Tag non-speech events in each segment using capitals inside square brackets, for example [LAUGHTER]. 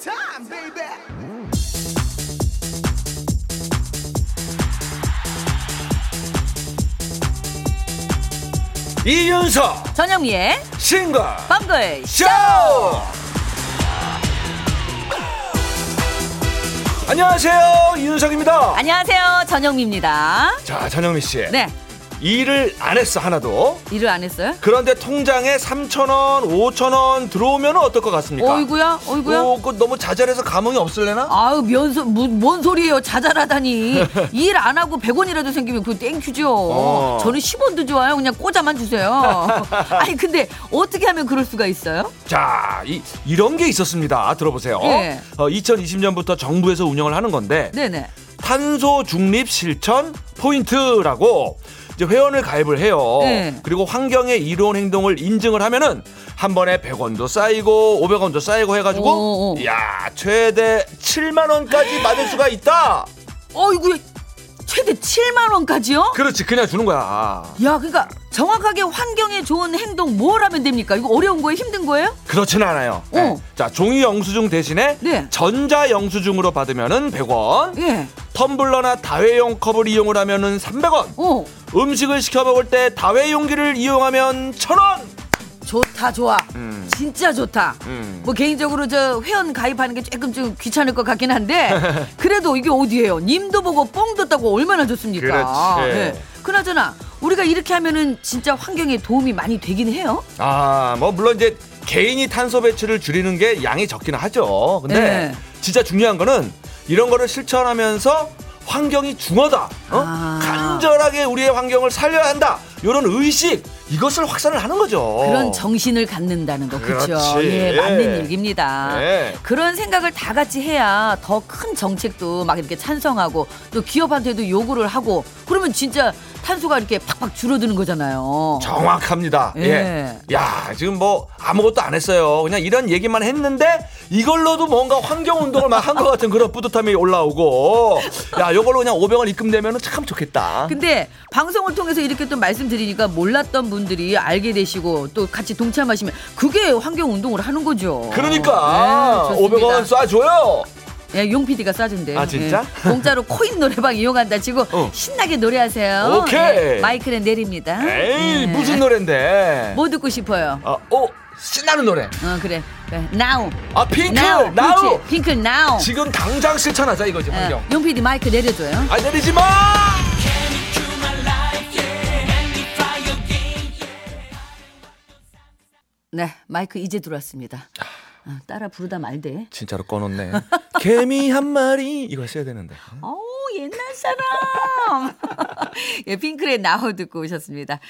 time, baby. 이윤석 전영미의 싱글 방글 쇼 안녕하세요 이윤석입니다 안녕하세요 전영미입니다 자 전영미 씨 네 일을 안 했어 하나도 일을 안 했어요? 그런데 통장에 3천 원 5천 원 들어오면 어떨 것 같습니까 어이구야 어이구야 어, 그거 너무 자잘해서 가망이 없을래나 아유 면소 무- 뭔 소리예요 [LAUGHS] 자잘하다니 일 안 하고 100원이라도 생기면 그거 땡큐죠 어. 저는 10원도 좋아요 그냥 꽂아만 [LAUGHS] 주세요 아니 근데 어떻게 하면 그럴 수가 있어요? 자, 이, 이런 게 있었습니다. 들어보세요. 예. 어, 2020년부터 정부에서 운영을 하는 건데 네네 탄소 중립 실천 포인트라고 이제 회원을 가입을 해요. 네. 그리고 환경의 이로운 행동을 인증을 하면은 한 번에 100원도 쌓이고 500원도 쌓이고 오, 해가지고 오. 야 최대 7만 원까지 받을 수가 있다. 어이구야 최대 7만 원까지요? 그렇지 그냥 주는 거야. 야 그러니까 정확하게 환경에 좋은 행동 뭘 하면 됩니까? 이거 어려운 거예요 힘든 거예요? 그렇진 않아요. 네. 어. 자 종이 영수증 대신에 네. 전자 영수증으로 받으면은 100원, 예 텀블러나 다회용 컵을 이용을 하면은 300원. 어. 음식을 시켜 먹을 때 다회용기를 이용하면 1,000원. 좋다 좋아 음. 진짜 좋다 음. 뭐 개인적으로 저 회원 가입하는 게 조금 좀 귀찮을 것 같긴 [LAUGHS] 한데 그래도 이게 어디예요 님도 보고 뽕도 따고 얼마나 좋습니까 네. 그렇지. 그나저나 우리가 이렇게 하면은 진짜 환경에 도움이 많이 되긴 해요 아, 뭐 물론 이제 개인이 탄소 배출을 줄이는 게 양이 적기는 하죠. 근데 네. 진짜 중요한 거는 이런 거를 실천하면서 환경이 중요하다. 어? 아. 간절하게 우리의 환경을 살려야 한다. 이런 의식 이것을 확산을 하는 거죠. 그런 정신을 갖는다는 거 그렇죠 어. 그렇지. 예 맞는 얘기입니다 네. 그런 생각을 다 같이 해야 더 큰 정책도 막 이렇게 찬성하고 또 기업한테도 요구를 하고 그러면 진짜 탄소가 이렇게 팍팍 줄어드는 거잖아요 정확합니다. 예. 예. 야, 지금 뭐 아무것도 안 했어요. 그냥 이런 얘기만 했는데 이걸로도 뭔가 환경 운동을 막 한 것 같은 그런 뿌듯함이 올라오고 야, 요걸로 그냥 500원 입금되면 참 좋겠다. 근데 방송을 통해서 이렇게 또 말씀드리니까 몰랐던 분들이 알게 되시고 또 같이 동참하시면 그게 환경 운동을 하는 거죠. 네, 그러니까 500원 쏴줘요. 예, 용 PD가 싸준대요. 아, 진짜? 예, 공짜로 코인 노래방 이용한다 치고 어. 신나게 노래하세요. 오케이. 예, 마이크는 내립니다. 에이 예. 무슨 노래인데? 뭐 듣고 싶어요? 아, 어 신나는 노래. 어 그래. 그래. Now. 아 핑크 Now. 나우 그렇지. 핑클 now. 지금 당장 실천하자 이거지 예, 환경. 용 PD 마이크 내려줘요. 아 내리지 마. 네, 마이크 이제 들어왔습니다. 아, 따라 부르다 말대. 진짜로 [LAUGHS] 꺼놓네. 개미 한 마리 이거 했어야 되는데. 어우 옛날 사람. [LAUGHS] 예, 핑클의 나호 듣고 오셨습니다.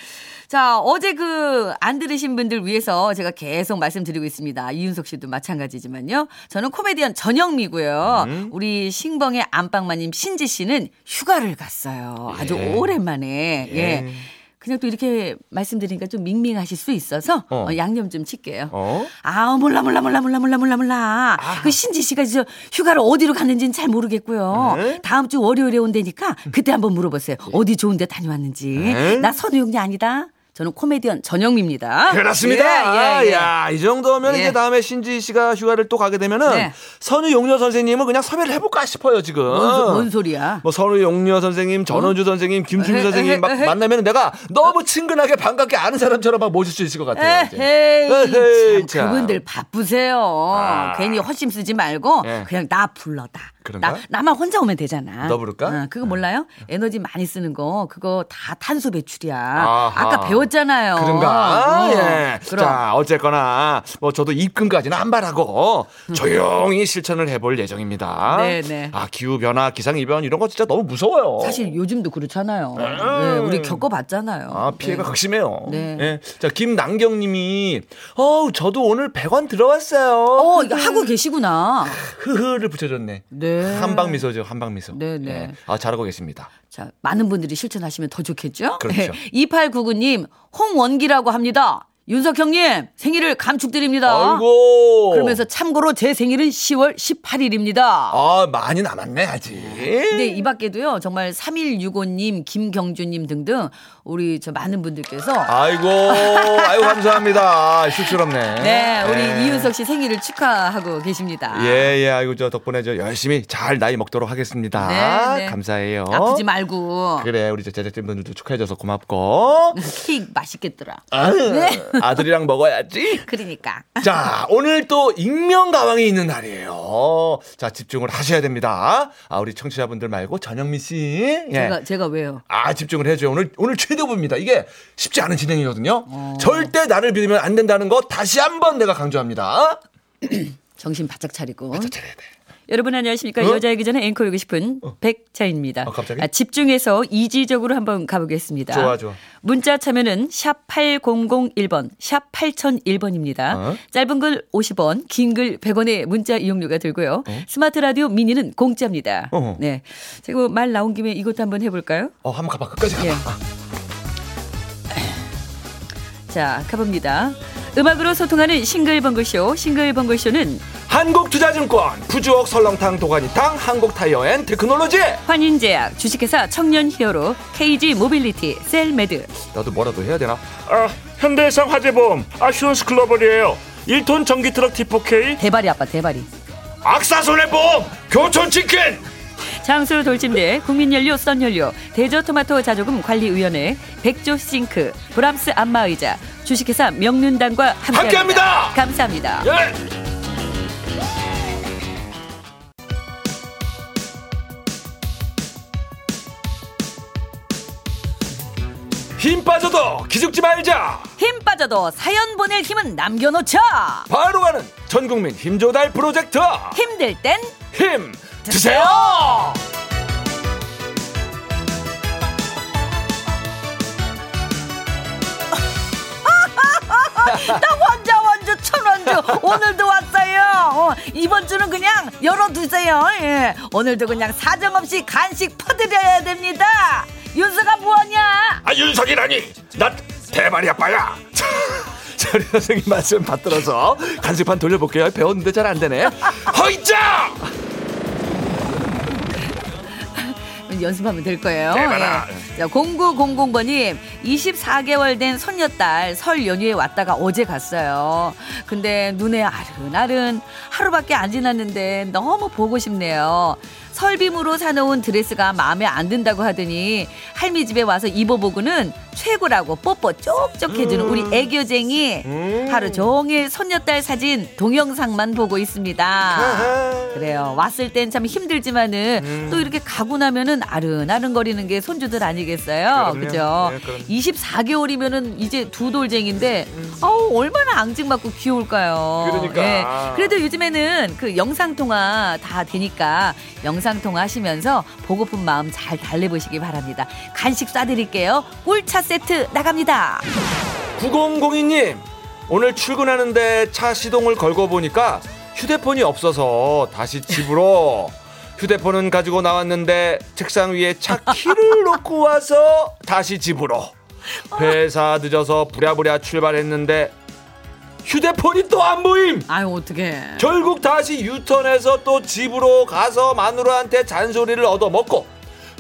자, 어제 그 안 들으신 분들 위해서 제가 계속 말씀드리고 있습니다. 이윤석 씨도 마찬가지지만요. 저는 코미디언 전영미고요. 음. 우리 신봉의 안방마님 신지 씨는 휴가를 갔어요. 아주 예. 오랜만에. 예. 예. 그냥 또 이렇게 말씀드리니까 좀 밍밍하실 수 있어서 어. 어, 양념 좀 칠게요. 어? 아 몰라 몰라 몰라 몰라 몰라 몰라 몰라 그 신지 씨가 저 휴가를 어디로 갔는지는 잘 모르겠고요 네? 예. 다음 주 월요일에 온다니까 그때 한번 물어보세요 어디 좋은데 다녀왔는지 네? 나 선우용이 아니다 저는 코미디언 전영미입니다 그렇습니다. 아, 예, 예, 예. 야, 이 정도면 예. 이제 다음에 신지 씨가 휴가를 또 가게 되면은 네. 선우 용녀 선생님은 그냥 섭외를 해볼까 싶어요 지금. 뭔, 소- 뭔 소리야 뭐 선우 용녀 선생님, 전원주 선생님, 김준희 아. 어? 에헤, 에헤, 선생님 막 에헤. 어? 만나면 내가 너무 친근하게 반갑게 아는 사람처럼 막 모실 수 있을 것 같아요. 이제. 에헤이, 에헤이, 참, 참. 그분들 바쁘세요. 아. 괜히 허심 쓰지 말고 예. 그냥 나 불러다. 그런가? 나 나만 혼자 오면 되잖아. 너 부를까? 예. 어, 그거 몰라요? 에너지 많이 쓰는 거 그거 다 탄소 배출이야. 아하. 아까 배웠잖아요. 그런가? 어, 예. 그럼 자, 어쨌거나 뭐 저도 입금까지는 안 바라고 조용히 실천을 해볼 예정입니다. 네네. 아 기후 변화, 기상 이변 이런 거 진짜 너무 무서워요. 사실 요즘도 그렇잖아요. 네, 우리 겪어봤잖아요. 예. 아 피해가 네. 극심해요. 네. 예. 자 김남경님이 어우 저도 오늘 100원 들어왔어요. 어 이거 하고 계시구나. 흐흐를 붙여줬네. 네. 한방 미소죠, 한방 미소. 네네. 예. 아 잘하고 계십니다. 자, 많은 분들이 실천하시면 더 좋겠죠? 그렇죠. 2899님, 홍원기라고 합니다. 윤석 형님 생일을 감축드립니다. 아이고. 그러면서 참고로 제 생일은 10월 18일입니다. 아, 많이 남았네, 아직. 근데 이 밖에도요, 정말 3165님, 김경주님 등등, 우리 저 많은 분들께서. 아이고, 아이고, 감사합니다. 아, 쑥스럽네. 네, 우리 이윤석 씨 생일을 축하하고 계십니다. 예, 예, 아이고, 저 덕분에 저 열심히 잘 나이 먹도록 하겠습니다. 네, 네. 감사해요. 아프지 말고. 어? 그래, 우리 저 제작진분들도 축하해줘서 고맙고. [LAUGHS] 네. 케이크 맛있겠더라. 아, 네. 아들이랑 먹어야지. 그러니까. 자, 오늘 또 익명 가왕이 있는 날이에요. 자, 집중을 하셔야 됩니다. 아, 우리 청취자분들 말고 전영미 씨. 예. 제가, 제가 왜요? 아, 집중을 해줘요. 오늘, 오늘 최대부입니다. 이게 쉽지 않은 진행이거든요. 절대 나를 믿으면 안 된다는 거 다시 한번 내가 강조합니다. 정신 바짝 차리고. 잘해야 돼. 여러분 안녕하십니까. 어? 여자이기 전에 앵커이고 싶은 백차입니다. 아, 어, 갑자기? 집중해서 이지적으로 한번 가보겠습니다. 좋아, 좋아. 문자 참여는 샵 8001번, 샵 8001번입니다. 어? 짧은 글 50원, 긴 글 100원의 문자 이용료가 들고요. 스마트 라디오 미니는 공짜입니다. 어? 어허. 네. 제가 말 나온 김에 이것도 한번 해볼까요? 어, 한번 가봐. 끝까지 가봐. 아. 예. 자, 가봅니다. 음악으로 소통하는 싱글벙글쇼, 싱글벙글쇼는 한국투자증권, 푸주옥 설렁탕 도가니탕, 한국타이어 앤 테크놀로지. 환인제약, 주식회사 청년히어로, KG 모빌리티, 셀메드, 나도 뭐라도 해야 되나? 아, 현대해상 화재보험 아슈런스 글로벌이에요. 1톤 전기 트럭 T4K 대발이 아빠 대발이. 악사 손해보험 교촌 치킨 장수 돌침대 국민연료 썬연료 대저토마토 자조금 관리위원회 백조 싱크 브람스 안마의자 주식회사 명륜당과 함께합니다. 함께합니다. 감사합니다. 예. 힘 빠져도 기죽지 말자. 힘 빠져도 사연 보낼 힘은 남겨놓자. 바로 가는 전국민 힘조달 프로젝트. 힘들 땐 힘 드세요. 원자 원주 천원주 오늘도 왔어요. 어, 이번 주는 그냥 열어두세요. 예. 오늘도 그냥 사정없이 간식 퍼드려야 됩니다. 윤서가 뭐하냐? 아 윤석이라니 나 대발이 아빠야 저리 선생님 말씀 받들어서 간식판 돌려볼게요. 배웠는데 잘 안 되네. [LAUGHS] 허이짱 연습하면 될 거예요. 대단하. 예. 자, 0900번님, 24개월 된 손녀딸 설 연휴에 왔다가 어제 갔어요. 근데 눈에 아른아른 하루밖에 안 지났는데 너무 보고 싶네요. 설빔으로 사놓은 드레스가 마음에 안 든다고 하더니 할미 집에 와서 입어보고는 최고라고 뽀뽀 쪽쪽 해주는 우리 애교쟁이 하루 종일 손녀딸 사진 동영상만 [LAUGHS] 보고 있습니다. 그래요. 왔을 땐 참 힘들지만은 음. 또 이렇게 가고 나면은 아른아른거리는 게 손주들 아니겠어요? 그럼요. 그죠? 네, 그럼요. 음, 24개월이면은 이제 두 돌쟁인데 아우 얼마나 앙증맞고 귀여울까요? 예. 그러니까. 그래도 요즘에는 그 영상 통화 다 되니까 영상 통화 하시면서 보고픈 마음 잘 달래보시기 바랍니다. 간식 쏴드릴게요. 꿀차 세트 나갑니다. 9002님 오늘 출근하는데 차 시동을 걸고 보니까 휴대폰이 없어서 다시 집으로 휴대폰은 가지고 나왔는데 책상 위에 차 키를 놓고 와서 다시 집으로 회사 늦어서 부랴부랴 출발했는데 휴대폰이 또 안 보임 아유 어떡해. 결국 다시 유턴해서 또 집으로 가서 마누라한테 잔소리를 얻어먹고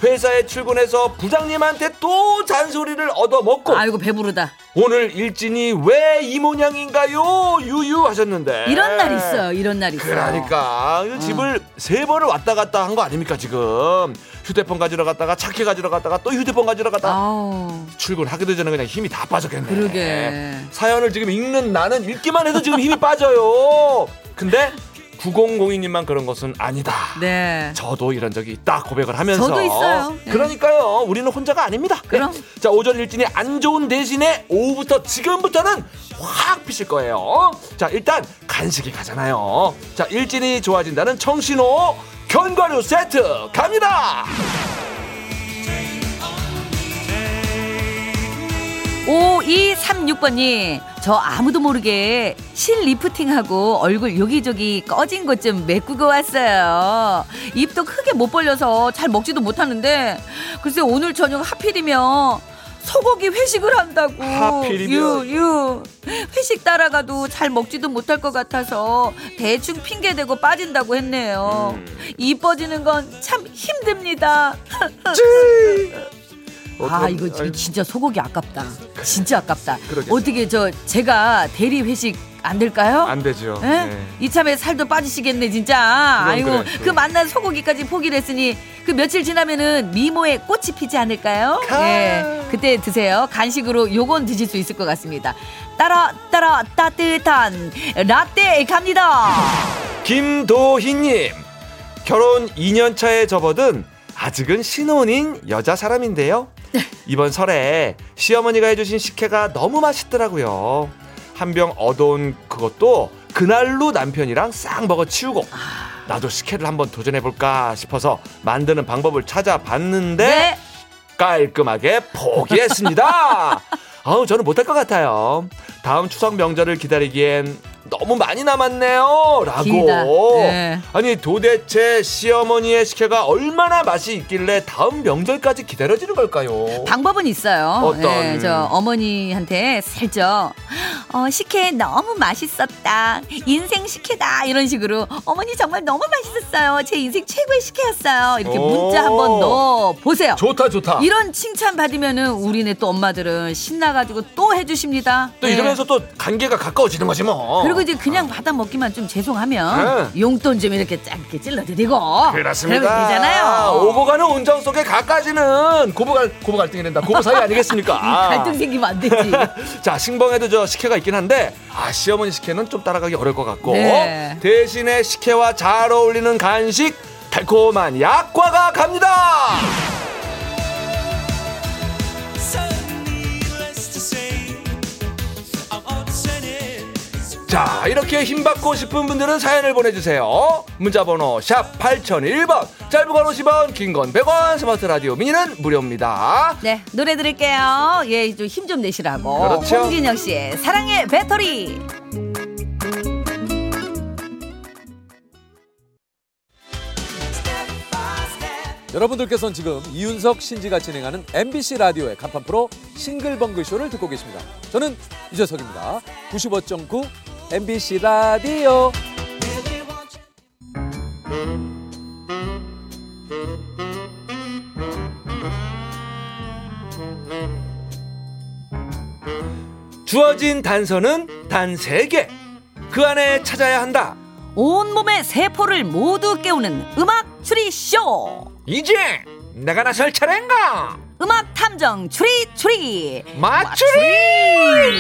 회사에 출근해서 부장님한테 또 잔소리를 얻어먹고 아이고 배부르다. 오늘 일진이 왜 이 모양인가요? 유유하셨는데. 이런 날 있어요. 이런 날 있어요. 네. 음. 그러니까 그 집을 세 번을 왔다 갔다 한 거 아닙니까 지금 휴대폰 가지러 갔다가 차키 가지러 갔다가 또 휴대폰 가지러 갔다가 아우. 출근하기도 전에 그냥 힘이 다 빠졌겠네 그러게. 사연을 지금 읽는 나는 읽기만 해도 지금 힘이 빠져요 근데 9002님만 그런 것은 아니다 네. 저도 이런 적이 있다 고백을 하면서 저도 있어요. 네. 그러니까요 우리는 혼자가 아닙니다 그럼. 네. 자 오전 일진이 안 좋은 대신에 오후부터 지금부터는 확 피실 거예요 자 일단 간식이 가잖아요 자 일진이 좋아진다는 청신호 견과류 세트 갑니다 5236번님, 저 아무도 모르게 실 리프팅하고 얼굴 여기저기 꺼진 것 좀 메꾸고 왔어요. 입도 크게 못 벌려서 잘 먹지도 못하는데, 글쎄 오늘 저녁 하필이면 소고기 회식을 한다고. 하필이면. 유, 유. 회식 따라가도 잘 먹지도 못할 것 같아서 대충 핑계대고 빠진다고 했네요. 음. 이뻐지는 건 참 힘듭니다. 아, 이거 지금 진짜 소고기 아깝다. 진짜 아깝다. 그러게. 어떻게 저 제가 대리 회식 안 될까요? 안 되죠. 에? 네. 이참에 살도 빠지시겠네 진짜. 그건 아이고 그래, 그 그건. 만난 소고기까지 포기를 했으니 그 며칠 지나면은 미모에 꽃이 피지 않을까요? 가. 예. 그때 드세요. 간식으로 요건 드실 수 있을 것 같습니다. 따라 따라 따뜻한 라떼 갑니다. 김도희님 결혼 2년 차에 접어든 아직은 신혼인 여자 사람인데요. 이번 설에 시어머니가 해주신 식혜가 너무 맛있더라고요. 한 병 얻어온 그것도 그날로 남편이랑 싹 먹어 치우고 나도 식혜를 한번 도전해 볼까 싶어서 만드는 방법을 찾아봤는데 네. 깔끔하게 [LAUGHS] 포기했습니다. 아우 저는 못할 것 같아요. 다음 추석 명절을 기다리기엔 너무 많이 남았네요라고. 길다. 네. 아니 도대체 시어머니의 식혜가 얼마나 맛이 있길래 다음 명절까지 기다려지는 걸까요? 방법은 있어요. 어. 어떤? 예, 저 어머니한테 살짝 어, 식혜 너무 맛있었다. 인생 식혜다. 이런 식으로 어머니 정말 너무 맛있었어요. 제 인생 최고의 식혜였어요. 이렇게 오. 문자 한번 넣어 보세요. 좋다 좋다. 이런 칭찬 받으면은 우리네 또 엄마들은 신나가지고 또 해주십니다. 또 예. 이러면서 또 관계가 가까워지는 거지 뭐. 그리고 이제 그냥 받아 먹기만 좀 죄송하면 용돈 좀 이렇게 짧게 찔러드리고 네. 그렇습니다. 그러면 되잖아요. 오고 가는 운전 속에 가까지는 고부 갈 고부 갈등이 된다. 고부 사이 [LAUGHS] 아니겠습니까? 갈등 생기면 안 되지. [LAUGHS] 자 신봉에도 저 식혜가 있긴 한데 아 시어머니 식혜는 좀 따라가기 어려울 것 같고 네. 대신에 식혜와 잘 어울리는 간식 달콤한 약과가 갑니다 자 이렇게 힘받고 싶은 분들은 사연을 보내주세요 문자번호 샵 8001번 짧은 건 50원 긴 건 100원 스마트 라디오 미니는 무료입니다 네, 노래 들을게요. 예, 좀 힘 좀 내시라고. 그렇죠. 홍진영 씨의 사랑의 배터리. 여러분들께서는 지금 이윤석 신지가 진행하는 MBC 라디오의 간판 프로 싱글벙글 쇼를 듣고 계십니다. 저는 유재석입니다. 95.9 MBC 라디오. 주어진 단서는 단 3개 그 안에 찾아야 한다 온몸의 세포를 모두 깨우는 음악 추리 쇼. 이제 내가 나설 차례인가 음악 탐정 추리 추리. 아, 마추리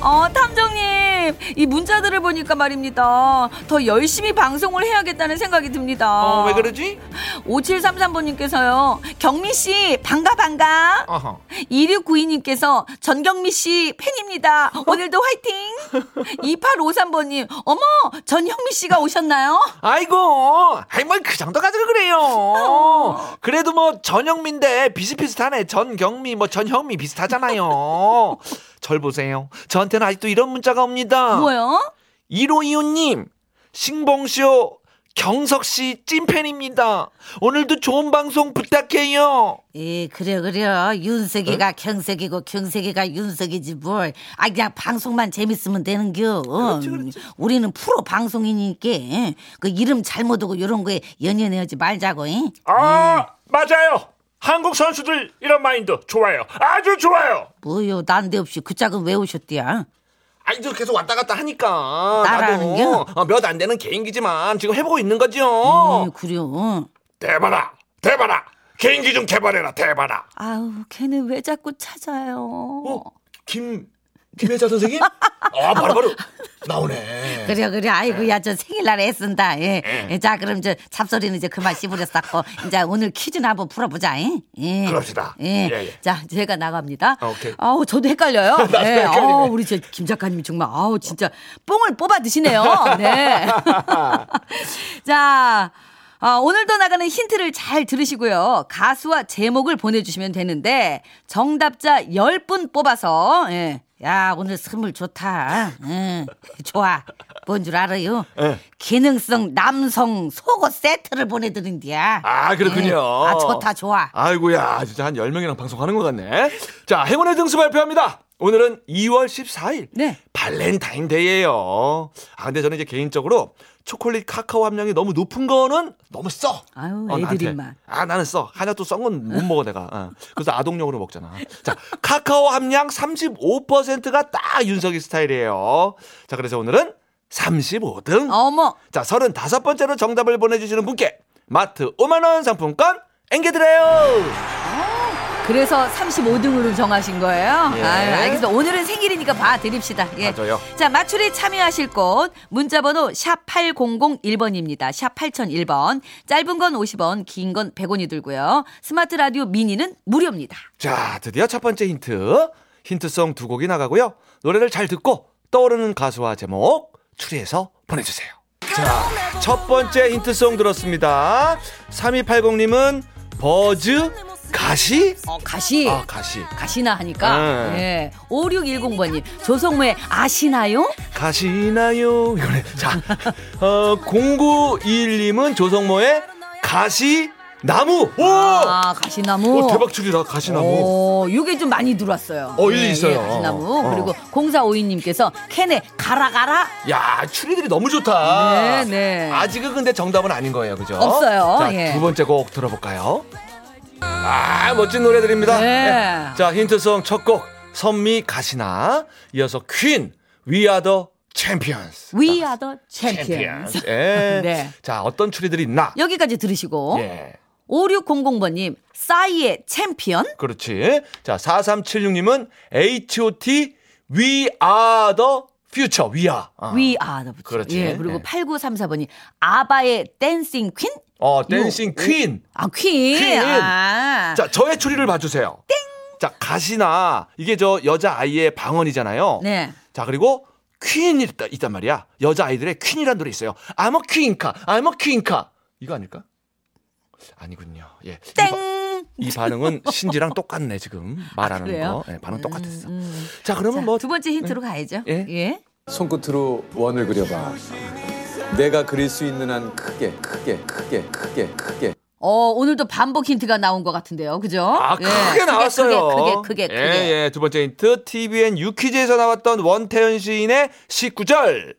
어, 탐정님. 이 문자들을 보니까 말입니다. 더 열심히 방송을 해야겠다는 생각이 듭니다. 어왜 그러지 5733번님께서요. 경미 씨, 반가, 반가. 어허 2692님께서 전경미 씨 팬입니다. 오늘도 화이팅! 2853번님, 어머! 전형미 씨가 오셨나요? 아이고 아이 뭘그 정도 가지고 [LAUGHS] 그래요 그래도 뭐 전영미인데 비슷비슷하네 전경미 뭐 전형미 [LAUGHS] 비슷하잖아요 절 보세요 저한테는 아직도 이런 문자가 옵니다 뭐요? 1525님, 신봉쇼 경석씨 찐팬입니다. 오늘도 좋은 방송 부탁해요. 예, 그래, 그래. 윤석이가 경석이고 경석이가 윤석이지 뭘. 아, 그냥 방송만 재밌으면 되는겨. 우리는 프로 방송이니까 그 이름 잘못 오고 요런 거에 연연해하지 말자고. 잉? 음. 아 맞아요. 한국 선수들 이런 마인드 좋아요. 아주 좋아요. 뭐요, 난데없이 그 짝은 왜 오셨디야? 아니, 저 계속 왔다 갔다 하니까. 따라하는 나도 어, 몇 안 되는 개인기지만 지금 해보고 있는 거죠. 예, 그래요. 대봐라, 대봐라. 개인기 좀 개발해라, 대봐라. 아우, 걔는 왜 자꾸 찾아요? 어, 김, 김혜자 [LAUGHS] 선생님? 아, 네. 바로바로 나오네. 그래 그래 아이고야 저 생일날 애쓴다 예. 예, 자 그럼 저 잡소리는 이제 그만 씹으려 쌌고 이제 오늘 퀴즈나 한번 풀어보자 예. 예. 그럽시다. 예. 예, 예. 자 제가 나갑니다 아, 오케이. 아우 저도 [LAUGHS] 헷갈려요 예. 아우 우리 저 김 작가님이 정말 [LAUGHS] 아우 진짜 뽕을 뽑아 드시네요 네. 자 아, 오늘도 나가는 힌트를 잘 들으시고요. 가수와 제목을 보내주시면 되는데 정답자 10분 뽑아서 예. 야 오늘 선물 좋다. 응, 좋아. 뭔 줄 알아요? 예. 기능성 남성 속옷 세트를 보내드린디야. 아, 그렇군요. 예. 아 좋다 좋아. 아이고야, 진짜 한 10명이랑 방송하는 것 같네. 자, 행운의 등수 발표합니다. 오늘은 2월 14일. 네. 발렌타인데이예요. 아, 근데 저는 이제 개인적으로 초콜릿 카카오 함량이 너무 높은 거는 너무 써. 아유, 어, 나한테. 애들 입맛. 아, 나는 써. 하나도 썬 건 못 먹어 내가. 어. 그래서 아동용으로 먹잖아. 자, 카카오 함량 35%가 딱 윤석이 스타일이에요. 자, 그래서 오늘은 35등. 어머 자, 35번째로 정답을 보내주시는 분께 마트 5만원 상품권 앵겨드려요! 그래서 35등으로 정하신 거예요? 예. 아유, 알겠습니다. 오늘은 생일이니까 봐드립시다. 예. 맞아요. 자, 마출에 참여하실 곳, 문자번호 샵 8001번입니다. 샵 8001번. 짧은 건 50원, 긴 건 100원이 들고요. 스마트 라디오 미니는 무료입니다. 자, 드디어 첫 번째 힌트. 힌트송 두 곡이 나가고요. 노래를 잘 듣고 떠오르는 가수와 제목 추리해서 보내주세요. 자, 첫 번째 힌트송 들었습니다. 3280님은 버즈 가시? 어, 가시. 아, 가시. 가시나 하니까. 음. 예. 5610번님, 조성모의 아시나요? 가시나요? 이거네. 자, 어, 0921님은 조성모의 가시 나무. 오! 아, 가시나무. 오, 대박 축이다 가시나무. 오, 어, 요게 좀 많이 들어왔어요. 네, 어, 일리 있어요. 가시나무. 어. 그리고 0452님께서 캔에 가라 가라. 야 추리들이 너무 좋다. 네, 네. 아직은 근데 정답은 아닌 거예요, 그죠? 없어요. 자, 예. 두 번째 곡 들어볼까요? 아 멋진 노래들입니다. 예. 네. 자 힌트송 첫 곡 선미 가시나 이어서 퀸 We Are the Champions. We are the champions. 예. 네. 어? 자 어떤 추리들이 있나? 여기까지 들으시고 예. 5600번님 싸이의 챔피언 그렇지. 자, 4376님은 H.O.T. We are the future. We are. 어, We are the Champions. 그렇지. 예, 그리고 네. 8934번이 아바의 댄싱 퀸? 어, 댄싱 퀸. 아, 퀸. 퀸. 아. 자, 저의 추리를 봐주세요. 땡. 자, 가시나. 이게 저 여자아이의 방언이잖아요. 네. 자, 그리고 퀸이 있다, 있단 말이야. 여자아이들의 퀸이란 노래 있어요. I'm a queen car. I'm a queen car. 이거 아닐까? 아니군요. 예. 이 땡. 바- 이 반응은 신지랑 똑같네, 지금. 말하는 아, 그래요? 거. 예, 반응 똑같았어. 음. 자, 그러면 자, 뭐. 두 번째 힌트로 가야죠. 예. 손끝으로 원을 그려봐. 내가 그릴 수 있는 한 크게, 크게, 크게, 크게, 크게. 어, 오늘도 반복 힌트가 나온 것 같은데요. 그죠? 아, 예. 크게 나왔어요. 크게, 크게, 크게. 크게. 예, 예. 두 번째 힌트. TVN 유퀴즈에서 나왔던 원태현 시인의 19절.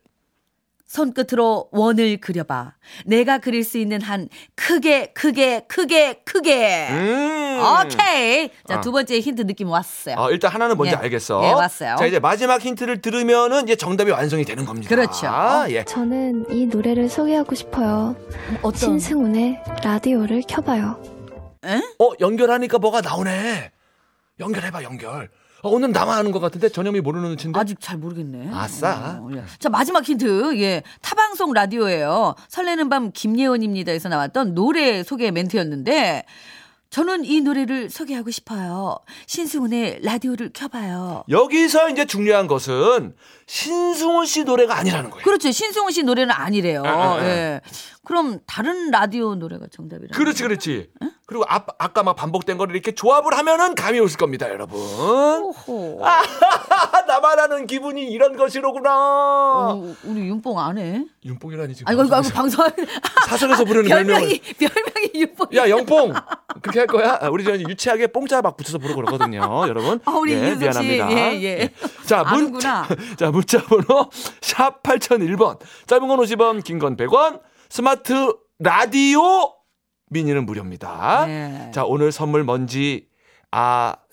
손끝으로 원을 그려봐. 내가 그릴 수 있는 한 크게, 크게, 크게, 크게. 음. 어, 오케이. 자, 아. 두 번째 힌트 느낌 왔어요. 아, 일단 하나는 뭔지 예. 알겠어. 예, 왔어요. 자, 이제 마지막 힌트를 들으면은 이제 정답이 완성이 되는 겁니다. 그렇죠. 아, 예. 저는 이 노래를 소개하고 싶어요. 어떤? 신승훈의 라디오를 켜봐요. 어, 연결하니까 뭐가 나오네. 연결해봐, 연결. 어, 오늘 나만 하는 것 같은데 전염이 모르는 눈치인데. 아직 잘 모르겠네. 아싸. 어, 예. 자, 마지막 힌트. 예. 타방송 라디오예요. 설레는 밤 김예원입니다에서 나왔던 노래 소개 멘트였는데 저는 이 노래를 소개하고 싶어요. 신승훈의 라디오를 켜봐요. 여기서 이제 중요한 것은 신승훈 씨 노래가 아니라는 거예요. 그렇죠. 신승훈 씨 노래는 아니래요. 아, 아, 아. 예. 그럼 다른 라디오 노래가 정답이라. 그렇지, 그렇지. 그리고 아, 아까 막 반복된 거를 이렇게 조합을 하면은 감이 오실 겁니다, 여러분. 오호. 아, 나만 하는 기분이 이런 것이로구나. 어, 우리 윤뽕 안 해? 윤뽕이라니 지금. 아이고, 아이고, 아이고 아, 방송 [LAUGHS] 사석에서 부르는 별명을. 별명이 별명이 윤뽕. 야, 영뽕! 그렇게 할 거야? 아, 우리 저는 유치하게 뽕자 막 붙여서 부르고 그러거든요, 여러분. 아, 우리 예, 이윤석 씨. 미안합니다. 네. 예, 예. 자, 문, 아는구나. [LAUGHS] 자, 문자번호 샵 8001번. 짧은 건 50원, 긴 건 100원. 스마트 라디오 미니는 무료입니다. 네. 자, 오늘 선물 뭔지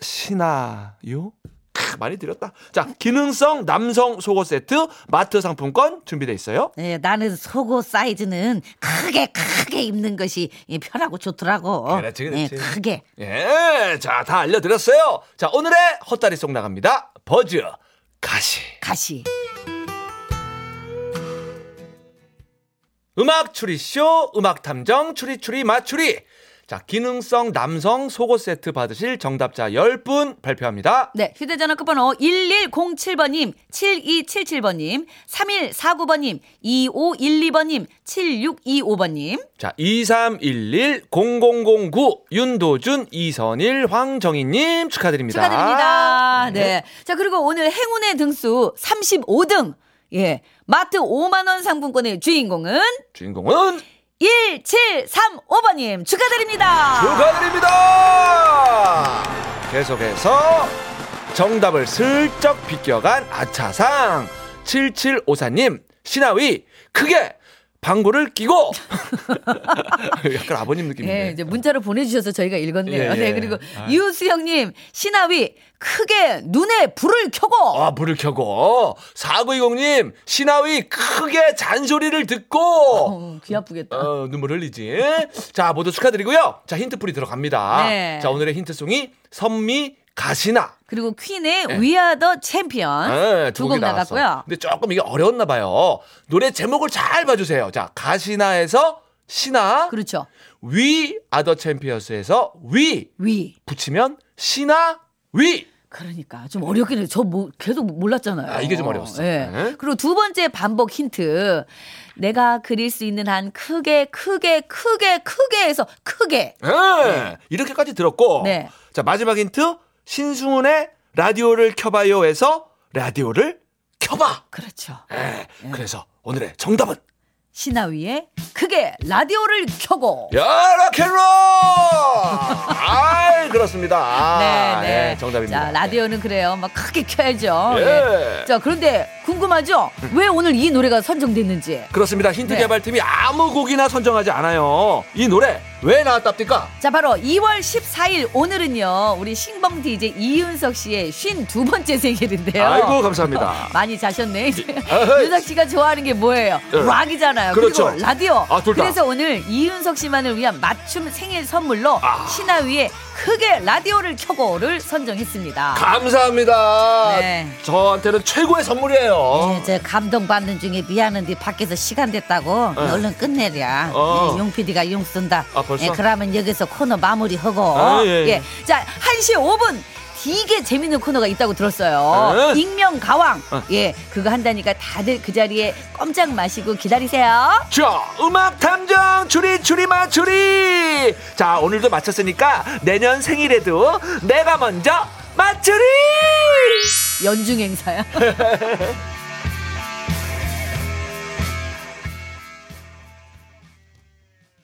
아시나요? 크, 많이 드렸다. 자, 기능성 남성 속옷 세트 마트 상품권 준비돼 있어요. 네, 나는 속옷 사이즈는 크게 크게 입는 것이 이 편하고 좋더라고. 그렇지, 그렇지. 네, 크게. 예, 자, 다 알려드렸어요. 자, 오늘의 헛다리 속 나갑니다. 버즈 가시. 가시. 음악 추리쇼, 음악 탐정, 추리추리 마추리. 자, 기능성 남성 속옷 세트 받으실 정답자 10분 발표합니다. 네, 휴대전화 끝번호 1107번님, 7277번님, 3149번님, 2512번님, 7625번님. 자, 2311-0009 윤도준, 이선일, 황정희님 축하드립니다. 축하드립니다. 네. 자, 그리고 오늘 행운의 등수 35등. 예. 마트 5만원 상품권의 주인공은 주인공은 1735번님 축하드립니다. 축하드립니다. 계속해서 정답을 슬쩍 비껴간 아차상 7754님 신하위 크게 방구를 끼고 [LAUGHS] 약간 아버님 예, 느낌인데 이제 문자로 보내주셔서 저희가 읽었네요. 예, 예. 네, 그리고 이우수형님, 신하위, 크게 눈에 불을 켜고, 아 불을 켜고 4920님 신하위 크게 잔소리를 듣고 어, 귀 아프겠다. 어, 눈물 흘리지. 자, 모두 축하드리고요. 자, 힌트풀이 들어갑니다. 네. 자, 오늘의 힌트송이 선미 가시나. 그리고 퀸의 We Are the Champions 예. 아, 두 아? 두 곡이 곡 나갔어. 나갔고요. 근데 조금 이게 어려웠나 봐요. 노래 제목을 잘 봐주세요. 자, 가시나에서 신화, 그렇죠. 위 아더 챔피언스에서 위 위. 붙이면 신화 위. 그러니까 좀 어렵긴 해요. 저 뭐, 계속 몰랐잖아요. 아, 이게 좀 어려웠어. 예. 네. 그리고 두 번째 반복 힌트. 내가 그릴 수 있는 한 크게 크게 크게 크게 해서 크게. 예, 이렇게까지 들었고. 네. 자, 마지막 힌트 신승훈의 라디오를 켜봐요에서 라디오를 켜봐. 그렇죠. 예, 그래서 오늘의 정답은 신하위의 크게 라디오를 켜고. 야 락앤롤. 아, 그렇습니다. 아, 예, 정답입니다. 네, 자, 라디오는 그래요. 막 크게 켜야죠. 예. 예. 자, 그런데 궁금하죠? 왜 오늘 이 노래가 선정됐는지. 그렇습니다. 힌트 네. 개발팀이 아무 곡이나 선정하지 않아요. 이 노래 왜 나왔답니까? 자, 바로 2월 14일 오늘은요. 우리 신봉 DJ 이윤석 씨의 52번째 생일인데요. 아이고 [LAUGHS] 감사합니다. 예. 많이 자셨네. 이제 아이. 윤석 씨가 좋아하는 게 뭐예요? 예. 락이잖아요. 그렇죠. 리고 라디오. 아, 둘 다. 그래서 오늘 이윤석 씨만을 위한 맞춤 생일 선물로 아. 신하위의 크게 라디오를 켜고를 선정했습니다. 감사합니다. 네. 저한테는 최고의 선물이에요. 예, 저 감동받는 중에 미안한데 밖에서 시간 됐다고 얼른 끝내랴. 어. 예, 용 PD가 용 쓴다. 아, 벌써? 예, 그러면 여기서 코너 마무리하고. 아, 예, 예. 자, 1시 5분. 되게 재밌는 코너가 있다고 들었어요. 예. 익명 가왕. 예, 그거 한다니까 다들 그 자리에 꼼짝 마시고 기다리세요. 자, 음악 탐정 추리 추리 맞추리. 자, 오늘도 맞췄으니까 내년 생일에도 내가 먼저 맞추리. 연중 행사야.